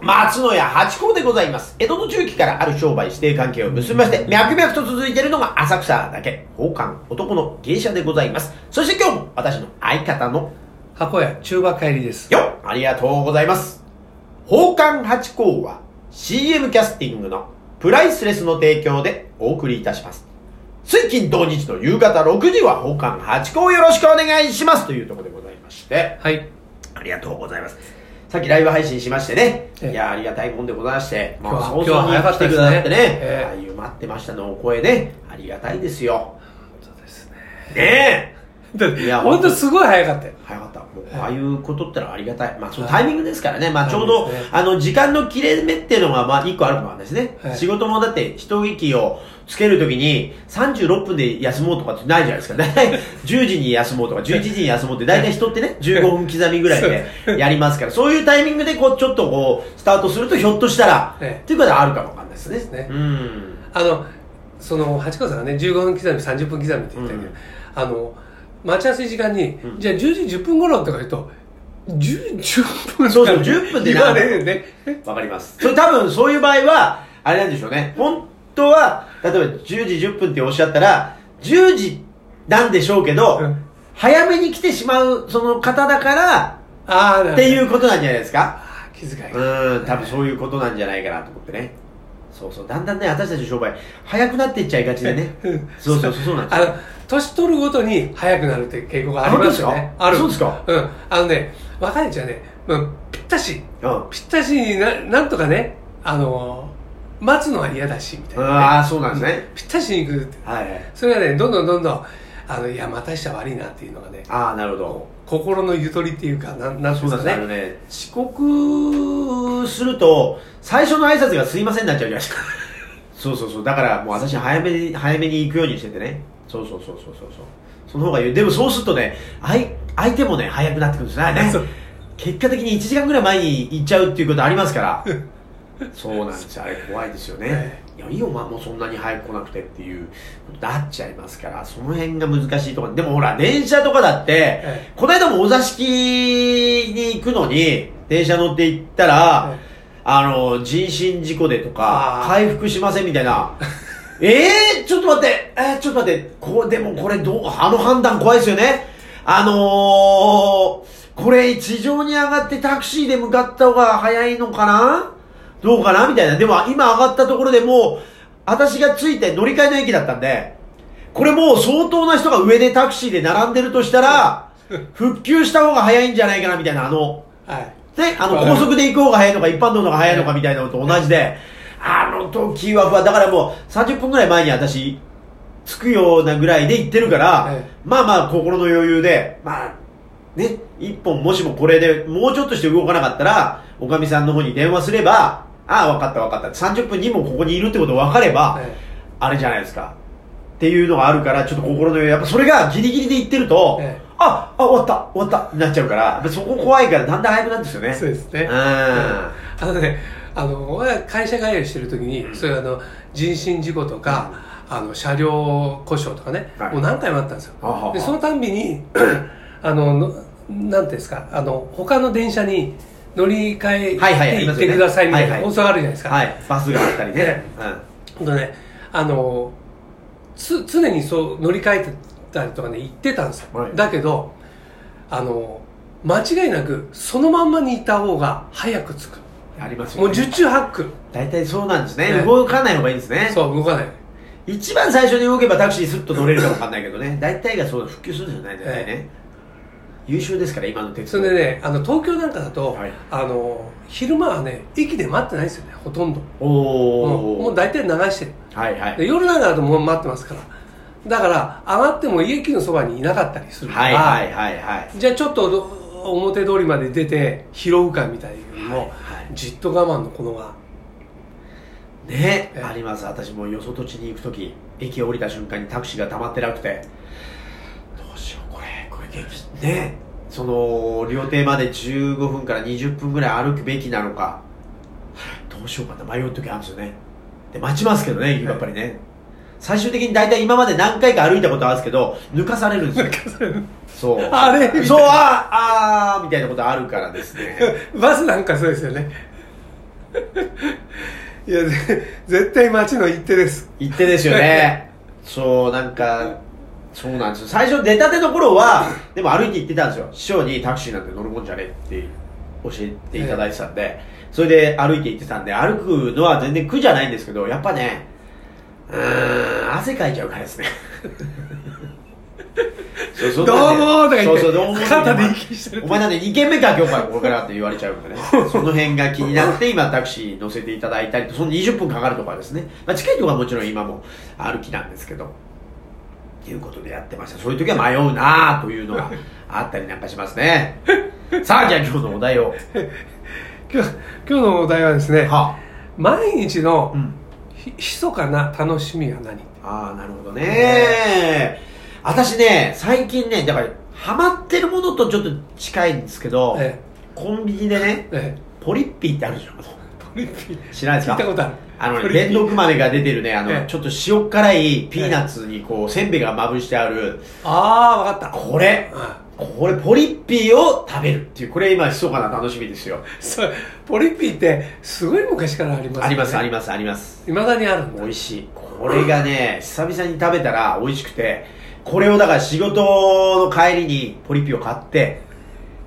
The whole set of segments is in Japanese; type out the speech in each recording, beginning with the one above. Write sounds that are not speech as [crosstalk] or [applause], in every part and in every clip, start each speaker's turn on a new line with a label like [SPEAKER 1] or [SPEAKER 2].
[SPEAKER 1] 松野屋八甲でございます。江戸の中期からある商売指定関係を結びまして、脈々と続いているのが浅草だけ、宝冠男の芸者でございます。そして今日も私の相方の
[SPEAKER 2] 箱屋中馬帰りです。
[SPEAKER 1] よありがとうございます。宝冠八甲は CM キャスティングのプライスレスの提供でお送りいたします。水金土日の夕方6時は宝冠八甲よろしくお願いしますというところでございまして、
[SPEAKER 2] はい。
[SPEAKER 1] ありがとうございます。さっきライブ配信しましてね、
[SPEAKER 2] ええ
[SPEAKER 1] いやありがたいもんでございまして、
[SPEAKER 2] 今日は
[SPEAKER 1] まあ早
[SPEAKER 2] 今日は
[SPEAKER 1] 々に
[SPEAKER 2] 早か
[SPEAKER 1] 来
[SPEAKER 2] った
[SPEAKER 1] て
[SPEAKER 2] で
[SPEAKER 1] く
[SPEAKER 2] すね
[SPEAKER 1] ださってね、
[SPEAKER 2] ええ
[SPEAKER 1] ああいう待ってましたのお声ね、ありがたいですよ。
[SPEAKER 2] そうですね。
[SPEAKER 1] ねえ
[SPEAKER 2] だって
[SPEAKER 1] いや
[SPEAKER 2] ほんとすごい早かったよ。
[SPEAKER 1] 早かった。もう、ああいうことってのはありがたい。まあ、そのタイミングですからね。まあ、ちょう
[SPEAKER 2] そ
[SPEAKER 1] ど
[SPEAKER 2] うですね、
[SPEAKER 1] あの、時間の切れ目っていうのが、まあ、一個あるかもなんですね
[SPEAKER 2] は。い
[SPEAKER 1] 仕事もだって、一息をつけるときに、36分で休もうとかってないじゃないですか。大 [laughs] 体、10時に休もうとか、11時に休もうって、大体人ってね、15分刻みぐらいでやりますから、そういうタイミングで、こう、ちょっとこう、スタートすると、ひょっとしたら、
[SPEAKER 2] ええ
[SPEAKER 1] っていうことはあるかもわかんないですね。
[SPEAKER 2] そうですね
[SPEAKER 1] うん。
[SPEAKER 2] あの、その、八川さんがね、15分刻み、30分刻みって言ったけど、
[SPEAKER 1] うん
[SPEAKER 2] あの、待ち合わせ時間に、
[SPEAKER 1] うん
[SPEAKER 2] じゃあ10時10分頃とか言うと、10、10分
[SPEAKER 1] そうそう10分で
[SPEAKER 2] 言われるよね。
[SPEAKER 1] わかります。それ多分そういう場合は、あれなんでしょうね。本当は、例えば10時10分っておっしゃったら、10時なんでしょうけど、
[SPEAKER 2] うん
[SPEAKER 1] 早めに来てしまうその方だから、
[SPEAKER 2] ああ、。
[SPEAKER 1] っていううことなんじゃないですか。
[SPEAKER 2] あー気遣いが。
[SPEAKER 1] うん、多分そういうことなんじゃないかなと思ってね。そうそう、だんだんね、私たちの商売、早くなっていっちゃいがちでね。
[SPEAKER 2] うん
[SPEAKER 1] そうそうそう、そうなんです
[SPEAKER 2] あ
[SPEAKER 1] よ。
[SPEAKER 2] の、年取るごとに早くなるっていう傾向がありますよね。
[SPEAKER 1] あ本当ですか
[SPEAKER 2] うん。あのね、若いうちはね、まあ、ぴったし、
[SPEAKER 1] うん。
[SPEAKER 2] ぴったしにな、なんとかね、あのー待つのは嫌だし、みたいな、ね。
[SPEAKER 1] ああ、そうなんですね。
[SPEAKER 2] ぴったしに行くって。
[SPEAKER 1] はいはい。
[SPEAKER 2] それがね、どんどんどんどん、あの、いや、またしたら悪いなっていうのがね、
[SPEAKER 1] ああ、なるほど。
[SPEAKER 2] 心のゆとりっていうか、なん、なんてい
[SPEAKER 1] そううんなんですね。
[SPEAKER 2] ですか
[SPEAKER 1] あの
[SPEAKER 2] ね。
[SPEAKER 1] ね、遅刻すると、最初の挨拶がすいませんになっちゃうじゃないですか。 [laughs] そうそうそう。だからもう私早めに、早めに行くようにしててね。そうそうそうそうそう。そうその方がいい。でもそうするとね、相相手もね、早くなってくるんですよ [laughs] ね
[SPEAKER 2] そう。
[SPEAKER 1] 結果的に1時間ぐらい前に行っちゃうっていうことありますから。 [laughs] そうなんですよ。あれ怖いですよね
[SPEAKER 2] え。
[SPEAKER 1] いや、いいよ、お前もうそんなに早く来なくてっていうことになっちゃいますから、その辺が難しいところ。でもほら、電車とかだって、
[SPEAKER 2] え
[SPEAKER 1] この間もお座敷に行くのに、電車乗って行ったら、
[SPEAKER 2] はい
[SPEAKER 1] あの、人身事故でとか
[SPEAKER 2] あ、ー
[SPEAKER 1] 回復しませんみたいな。 [laughs] ええちょっと待って、えーちょっと待って、こう、でもこれどう、あの判断怖いですよね。あのー、これ地上に上がってタクシーで向かった方が早いのかなどうかなみたいな。でも今上がったところでもう、私が着いて乗り換えの駅だったんで、これもう相当な人が上でタクシーで並んでるとしたら、復旧した方が早いんじゃないかなみたいな、あの、
[SPEAKER 2] [laughs] はい。
[SPEAKER 1] ね、あの、
[SPEAKER 2] わかる
[SPEAKER 1] 高速で行く方が早いのか、一般道の方が早いのかみたいなのと同じで、あの時は不安。だからもう、30分ぐらい前に私、着くようなぐらいで行ってるから
[SPEAKER 2] ええ、
[SPEAKER 1] まあまあ、心の余裕で、まあ、ね、一本もしもこれで、もうちょっとして動かなかったら、おかみさんの方に電話すれば、ああ、分かった分かった。30分にもここにいるってこと分かれば、
[SPEAKER 2] え
[SPEAKER 1] あれじゃないですか。っていうのがあるから、ちょっと心の余裕。やっぱそれがギリギリで言ってると、
[SPEAKER 2] ええ
[SPEAKER 1] あ、あ、終わった、終わった、になっちゃうから、やっぱそこ怖いから、だんだん早くなるんですよね。
[SPEAKER 2] えそうですね。
[SPEAKER 1] うん
[SPEAKER 2] あのね、あの、俺は会社帰りしてるときに、そういうあの、人身事故とか、あの、車両故障とかね、
[SPEAKER 1] はい
[SPEAKER 2] もう何回もあったんですよ。
[SPEAKER 1] ははは
[SPEAKER 2] で、そのたんびに、 [clears throat] あの、のなんていうんですか、あの、他の電車に乗り換え
[SPEAKER 1] はいはい
[SPEAKER 2] て行ってくださいみたい
[SPEAKER 1] はい
[SPEAKER 2] な
[SPEAKER 1] はい
[SPEAKER 2] 放送があるじゃないですか。
[SPEAKER 1] はい、バスがあったりね
[SPEAKER 2] え。ほんとね、あの、つ、常にそう乗り換えてたりとかね、行ってたんですよ。
[SPEAKER 1] はい
[SPEAKER 2] だけど、あの、間違いなく、そのまんまにいた方が早く着く。
[SPEAKER 1] うん。ありますよ、
[SPEAKER 2] も
[SPEAKER 1] ね。
[SPEAKER 2] う十中八九。
[SPEAKER 1] 大体そうなんですね。
[SPEAKER 2] ね
[SPEAKER 1] 動かない方がいいんですね。
[SPEAKER 2] そう、動かない。
[SPEAKER 1] 一番最初に動けばタクシースッと乗れるかわかんないけどね。大体がそう、復旧するんですよね、大体ね。優秀ですから、今の鉄
[SPEAKER 2] そ
[SPEAKER 1] 道。
[SPEAKER 2] れでね、あの、東京なんかだと、
[SPEAKER 1] はい
[SPEAKER 2] あの、昼間はね、駅で待ってないですよね、ほとんど。
[SPEAKER 1] お
[SPEAKER 2] うん
[SPEAKER 1] ー。
[SPEAKER 2] もう大体流してる。
[SPEAKER 1] はいはい。
[SPEAKER 2] で夜なんかだともう待ってますから。だから、上がっても駅のそばにいなかったりするから、
[SPEAKER 1] はいはいはいはい。
[SPEAKER 2] じゃあちょっとど表通りまで出て拾うかみたいなのも、
[SPEAKER 1] はいはい
[SPEAKER 2] じっと我慢のこの [laughs] が、
[SPEAKER 1] ね、
[SPEAKER 2] ええ
[SPEAKER 1] あります私もよそ土地に行く時駅を降りた瞬間にタクシーが溜まってなくてどうしようこれこれ激ねその料亭まで15分から20分ぐらい歩くべきなのかどうしようかな迷う時あるんですよねで待ちますけどねやっぱりね、最終的に大体今まで何回か歩いたことあるんですけど抜かされるんですよそう
[SPEAKER 2] あれみたいな
[SPEAKER 1] そうあーあーみたいなことあるからですね
[SPEAKER 2] バスなんかそうですよね。いや、ぜ絶対街の一手です。
[SPEAKER 1] 一手ですよねそうなんかそうなんですよ最初出たての頃はでも歩いて行ってたんですよ師匠にタクシーなんて乗るもんじゃねえって教えていただいてたんで、それで歩いて行ってたんで歩くのは全然苦じゃないんですけどやっぱねうーん汗かいちゃうからですねそうそ
[SPEAKER 2] ど
[SPEAKER 1] ん
[SPEAKER 2] うも
[SPEAKER 1] なね
[SPEAKER 2] ーとか言
[SPEAKER 1] そうそうどう
[SPEAKER 2] っ
[SPEAKER 1] も
[SPEAKER 2] て、
[SPEAKER 1] ー
[SPEAKER 2] 肩で息してる
[SPEAKER 1] お。前なんで2軒目か今日からこれからって言われちゃうん [laughs] でねその辺が気になって今タクシー乗せていただいたりとその20分かかるとかですね、まあ、チケットはもちろん今も歩きなんですけどっていうことでやってましたそういう時は迷うなあというのがあったりなんかします [laughs] ねさあじゃあ今日のお題を
[SPEAKER 2] 今日、今日のお題はですね、
[SPEAKER 1] は
[SPEAKER 2] 毎日の
[SPEAKER 1] うん
[SPEAKER 2] ひ、密かな楽しみは何
[SPEAKER 1] ああなるほどね私ね最近ねだからハマってるものとちょっと近いんですけど、
[SPEAKER 2] え
[SPEAKER 1] コンビニでね
[SPEAKER 2] え、え
[SPEAKER 1] ポリッピーってあるでしょ
[SPEAKER 2] え、ポリピ、
[SPEAKER 1] 知らないです
[SPEAKER 2] 聞
[SPEAKER 1] か
[SPEAKER 2] いたことある。
[SPEAKER 1] あの
[SPEAKER 2] ポ
[SPEAKER 1] ね、
[SPEAKER 2] リピ
[SPEAKER 1] 電動豆が出てるね、あ
[SPEAKER 2] え
[SPEAKER 1] の、
[SPEAKER 2] え
[SPEAKER 1] ちょっと塩辛いピーナッツにこう、せんべいがまぶしてある、
[SPEAKER 2] ああ、わかった。
[SPEAKER 1] これ、
[SPEAKER 2] う
[SPEAKER 1] これ、ポリッピーを食べるっていう、これ今、密かな楽しみですよ。
[SPEAKER 2] んそうポリピってすごい昔からありますよね
[SPEAKER 1] あります、あります、あります。
[SPEAKER 2] いまだにあるんだ
[SPEAKER 1] 美味しい。これがね、久々に食べたら美味しくて、これをだから仕事の帰りにポリッピーを買って、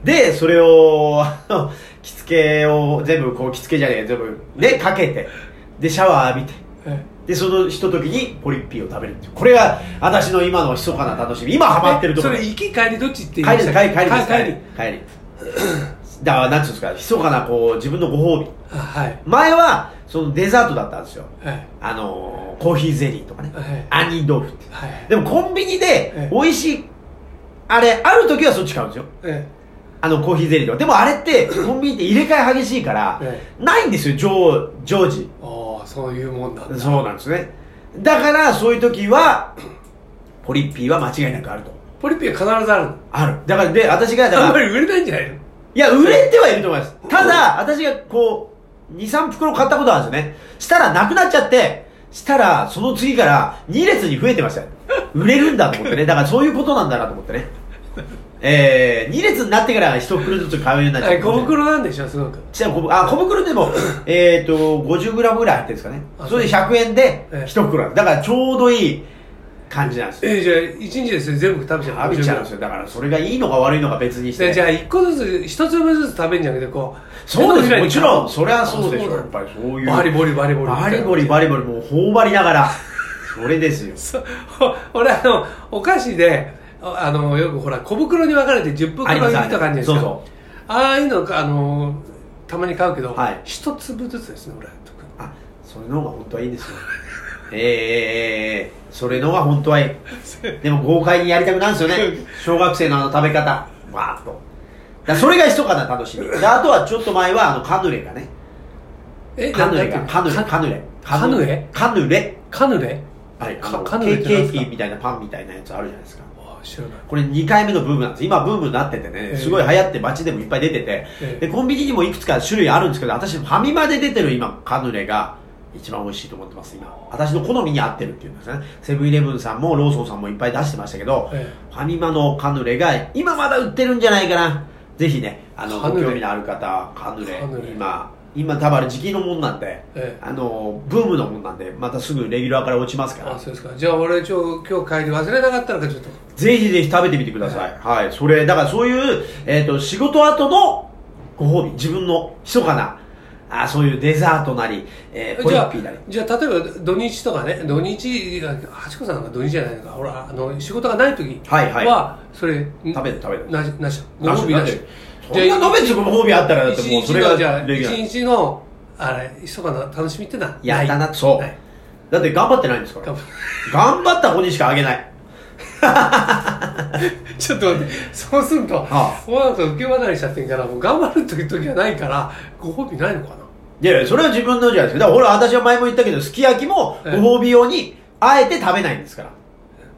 [SPEAKER 1] で、それを、あの着付けを、全部こう、着付けじゃねえ、全部、ね、かけて、で、シャワー浴びて、
[SPEAKER 2] え
[SPEAKER 1] でそのひとときにポリッピーを食べるっていうこれが私の今の密かな楽しみ今ハマってるとこ
[SPEAKER 2] そ
[SPEAKER 1] ろ
[SPEAKER 2] れ行き帰りどっちっ
[SPEAKER 1] 帰
[SPEAKER 2] て言いま
[SPEAKER 1] り
[SPEAKER 2] し
[SPEAKER 1] 帰
[SPEAKER 2] た
[SPEAKER 1] り
[SPEAKER 2] っ
[SPEAKER 1] 帰
[SPEAKER 2] け
[SPEAKER 1] り帰りです帰り
[SPEAKER 2] 帰り
[SPEAKER 1] 帰りだからなんていうんですか密かなこう自分のご褒美
[SPEAKER 2] あはい
[SPEAKER 1] 前はそのデザートだったんですよ
[SPEAKER 2] はい
[SPEAKER 1] あのーコーヒーゼリーとかね
[SPEAKER 2] はい
[SPEAKER 1] 杏仁豆腐って
[SPEAKER 2] はい
[SPEAKER 1] でもコンビニ
[SPEAKER 2] え
[SPEAKER 1] で
[SPEAKER 2] え
[SPEAKER 1] 美味しいあれある時はそっち買うんですよ
[SPEAKER 2] え
[SPEAKER 1] あのコーヒーゼリーとかでもあれってコンビニって入れ替え激しいから
[SPEAKER 2] え
[SPEAKER 1] ないんですよ常常時
[SPEAKER 2] えああそういうもんなんだ
[SPEAKER 1] そうなんですね。だから、そういう時は、ポリッピーは間違いなくあると。
[SPEAKER 2] ポリピは必ずあるの
[SPEAKER 1] ある。だから、で、私が、だ
[SPEAKER 2] あ
[SPEAKER 1] か
[SPEAKER 2] んま
[SPEAKER 1] ら、い
[SPEAKER 2] り売れないんじゃないの
[SPEAKER 1] や、売れてはいると思います。ただ、私がこう、2、3袋買ったことあるんですよね。したら、なくなっちゃって、したら、その次から、2列に増えてましたよ。売れるんだと思ってね。だから、そういうことなんだなと思ってね。えー、2列になってから1袋ずつ買うようになっちゃって。
[SPEAKER 2] 小袋なんでしょすごく
[SPEAKER 1] ちなみに小袋あ小袋で
[SPEAKER 2] [coughs]
[SPEAKER 1] もえっと 50g ぐらい入ってるんですかね
[SPEAKER 2] あ
[SPEAKER 1] それで100円で
[SPEAKER 2] ええ
[SPEAKER 1] 1袋なんですだからちょうどいい感じなんですよ
[SPEAKER 2] ええじゃあ一日ですね全部食べちゃう
[SPEAKER 1] 食べちゃうんですよだからそれがいいのか悪いのか別にし
[SPEAKER 2] でじゃ
[SPEAKER 1] て
[SPEAKER 2] あ一個ずつ一粒ずつ食べるんじゃなくてこう
[SPEAKER 1] そうです
[SPEAKER 2] 手のひらに
[SPEAKER 1] もちろんそれはそうでしょう
[SPEAKER 2] あ
[SPEAKER 1] や
[SPEAKER 2] な
[SPEAKER 1] っ
[SPEAKER 2] ん
[SPEAKER 1] ぱ
[SPEAKER 2] だ
[SPEAKER 1] りそういう
[SPEAKER 2] バリボリバリボリ
[SPEAKER 1] バリボリバリボリもう頬張りながらそれですよ
[SPEAKER 2] そうほ [laughs] 俺あのお菓子でああのよくほら小袋に分かれて10
[SPEAKER 1] ありま
[SPEAKER 2] 袋入
[SPEAKER 1] す
[SPEAKER 2] りとかあるじゃないですか
[SPEAKER 1] そうそ
[SPEAKER 2] ああいうのあのたまに買うけど、
[SPEAKER 1] はい
[SPEAKER 2] 一粒ずつですね俺は特に
[SPEAKER 1] あそれの方が本当はいいんですよ [laughs] ええええええそれの方が本当
[SPEAKER 2] [laughs]
[SPEAKER 1] はいいでも豪快にやりたくなるんですよね小学生のあの食べ方わーっとだからそれが密かな楽しみであとはちょっと前はあのカヌレがね
[SPEAKER 2] え
[SPEAKER 1] カヌレ
[SPEAKER 2] な
[SPEAKER 1] が
[SPEAKER 2] んだっけ
[SPEAKER 1] カヌレ
[SPEAKER 2] カ
[SPEAKER 1] カヌレ
[SPEAKER 2] カヌレ
[SPEAKER 1] カヌレ
[SPEAKER 2] カヌレ
[SPEAKER 1] はい
[SPEAKER 2] か
[SPEAKER 1] あの
[SPEAKER 2] カヌレって
[SPEAKER 1] ケ
[SPEAKER 2] な
[SPEAKER 1] ー
[SPEAKER 2] んですか
[SPEAKER 1] キみたいなパンみたいなやつあるじゃないですか
[SPEAKER 2] あ知らない
[SPEAKER 1] これ2回目のブームなんです今ブームになっててね
[SPEAKER 2] ええ
[SPEAKER 1] すごい流行って街でもいっぱい出てて、
[SPEAKER 2] え
[SPEAKER 1] で
[SPEAKER 2] え
[SPEAKER 1] コンビニにもいくつか種類あるんですけど私ファミマで出てる今カヌレが一番美味しいと思ってます今私の好みに合ってるっていうんですねセブンイレブンさんもローソンさんもいっぱい出してましたけど、
[SPEAKER 2] え
[SPEAKER 1] ファミマのカヌレが今まだ売ってるんじゃないかなぜひねあの
[SPEAKER 2] カヌ
[SPEAKER 1] ご
[SPEAKER 2] レ
[SPEAKER 1] 興味のある方カヌレ
[SPEAKER 2] カヌレ
[SPEAKER 1] 今今多分あれ時期のもんなんで
[SPEAKER 2] ええ
[SPEAKER 1] あのブームのもんなんでまたすぐレギュラーから落ちますか
[SPEAKER 2] あ
[SPEAKER 1] ら
[SPEAKER 2] そうですかじゃあ俺ちょ今日帰り忘れなかったのかちょっと
[SPEAKER 1] ぜひぜひ食べてみてください。はい。それ、だからそういう、えっ、と、仕事後のご褒美、自分の密かな、あそういうデザートなり、えーポリ
[SPEAKER 2] じゃ
[SPEAKER 1] ッ
[SPEAKER 2] あ
[SPEAKER 1] ピーなり。
[SPEAKER 2] じゃあ例えば土日とかね土日が八子さんなんか土日じゃないのかほらあの仕事がない時は、
[SPEAKER 1] はいはい。
[SPEAKER 2] それ
[SPEAKER 1] 食べる食べる
[SPEAKER 2] なしなし
[SPEAKER 1] なし
[SPEAKER 2] ご褒美なし
[SPEAKER 1] そんな飲めつご褒美あったら、だってもうそ
[SPEAKER 2] 一日
[SPEAKER 1] れが
[SPEAKER 2] のじゃあ
[SPEAKER 1] レギュラー。
[SPEAKER 2] 一日のあれ密かな楽しみってのは
[SPEAKER 1] やった
[SPEAKER 2] な
[SPEAKER 1] な、そう
[SPEAKER 2] ない。 [laughs]
[SPEAKER 1] だって頑張ってないんですから
[SPEAKER 2] 頑。
[SPEAKER 1] 頑
[SPEAKER 2] 張
[SPEAKER 1] 張った子にしかあげない。
[SPEAKER 2] るちょっと待ってそうすると
[SPEAKER 1] あ
[SPEAKER 2] もうなんか受け離れしちゃってるからもう頑張る時時はないからご褒美ないのかない
[SPEAKER 1] やいや、それは自分のじゃないですか。だからほら、私は前も言ったけど、すき焼きもご褒美用に、あえて食べないんですから。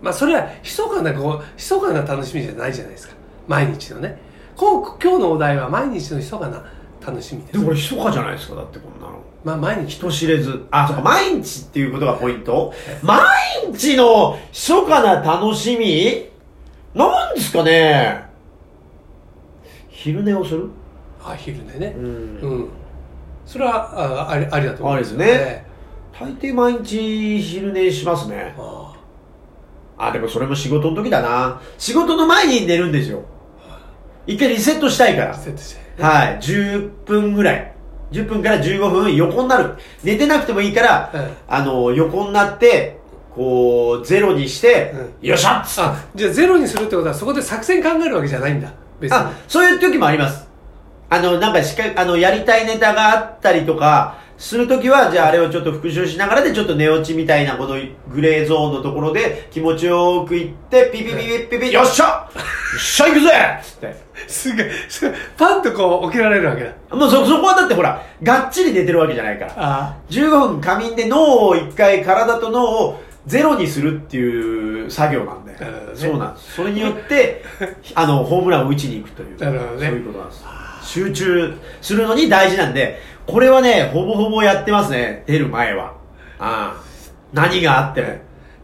[SPEAKER 2] まあそれは密かなこう密かな楽しみじゃないじゃないですか毎日のねこう今日のお題は毎日の密かな楽しみで
[SPEAKER 1] ですもこれ、密かじゃないですか、だってこんなの。
[SPEAKER 2] まあ毎日
[SPEAKER 1] 人知れず。あ、そうか、毎日っていうことがポイント毎日の密かな楽しみなんですかね昼寝をする
[SPEAKER 2] あ昼寝ね
[SPEAKER 1] うん
[SPEAKER 2] うん、それはあありありだと思うん
[SPEAKER 1] ありですね大抵毎日昼寝しますね。
[SPEAKER 2] あ
[SPEAKER 1] あ、でもそれも仕事の時だな。仕事の前に寝るんですよ。一回リセットしたいか
[SPEAKER 2] あ
[SPEAKER 1] ら。
[SPEAKER 2] セットして
[SPEAKER 1] はい。10分ぐらい。10分から15分横になる。寝てなくてもいいから、
[SPEAKER 2] うん
[SPEAKER 1] あの、横になって、こう、ゼロにして、よっしゃっつって
[SPEAKER 2] あじゃあゼロにするってことはそこで作戦考えるわけじゃないんだ別に
[SPEAKER 1] あ、そういう時もあります。あの、なんかしっかり、あの、やりたいネタがあったりとか、する時は、じゃああれをちょっと復習しながらで、ちょっと寝落ちみたいなこと、グレーゾーンのところで気持ちよくいって、ピピピピピピ、よっしゃよっしゃ行くぜつって。
[SPEAKER 2] すごいすごいパッとこう起きられるわけだ
[SPEAKER 1] もうそ、そこはだってほら、がっちり寝てるわけじゃないから。
[SPEAKER 2] あ
[SPEAKER 1] 15分仮眠で脳を一回、体と脳をゼロにするっていう作業なんで。
[SPEAKER 2] なるほどね
[SPEAKER 1] そうなんです。それによ
[SPEAKER 2] [laughs]
[SPEAKER 1] って、あの、ホームランを打ちに行くという。
[SPEAKER 2] なるほどね
[SPEAKER 1] そういうことなんです。集中するのに大事なんで、これはね、ほぼほぼやってますね。出る前は。ああ何があっても。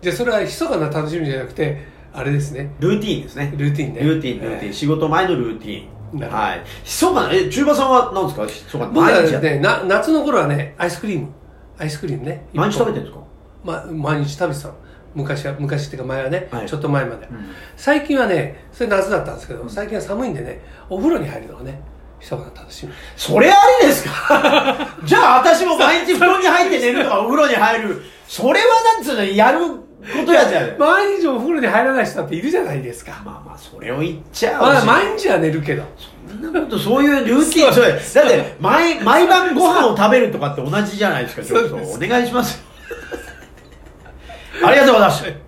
[SPEAKER 2] じゃあそれは密かな楽しみじゃなくてあれですね
[SPEAKER 1] ルーティーンですね。
[SPEAKER 2] ルーティンね
[SPEAKER 1] ルーティン、ルーティン。仕事前のルーティーン。
[SPEAKER 2] なるほど
[SPEAKER 1] はい。ひそかな、え、中馬さんは何ですかひそかな。
[SPEAKER 2] 僕は
[SPEAKER 1] 毎日や
[SPEAKER 2] で
[SPEAKER 1] っ
[SPEAKER 2] すねな夏の頃はねアイスクリームアイスクリームね
[SPEAKER 1] 毎日食べて
[SPEAKER 2] る、
[SPEAKER 1] るんですか
[SPEAKER 2] ま、毎日食べてたの昔は昔っていうか前はね、
[SPEAKER 1] はい
[SPEAKER 2] ちょっと前まで、
[SPEAKER 1] ん
[SPEAKER 2] 最近はねそれ夏だったんですけど、最近は寒いんでねお風呂に入るのがね密かな楽しみ
[SPEAKER 1] それありですか [laughs] じゃあ私も毎日風呂に入って寝るとかお風呂に入る。それはなんつうの、やることやじゃん。ま
[SPEAKER 2] 毎日お風呂に入らない人だっているじゃないですか、
[SPEAKER 1] あまあ、それを言っちゃう。
[SPEAKER 2] まあ、毎日は寝るけど
[SPEAKER 1] そんなこと、そういうルーティン、それだって毎、毎晩ご飯を食べるとかって同じじゃないですか、ちょっと。
[SPEAKER 2] そうです
[SPEAKER 1] お願いします。ありがとうございました。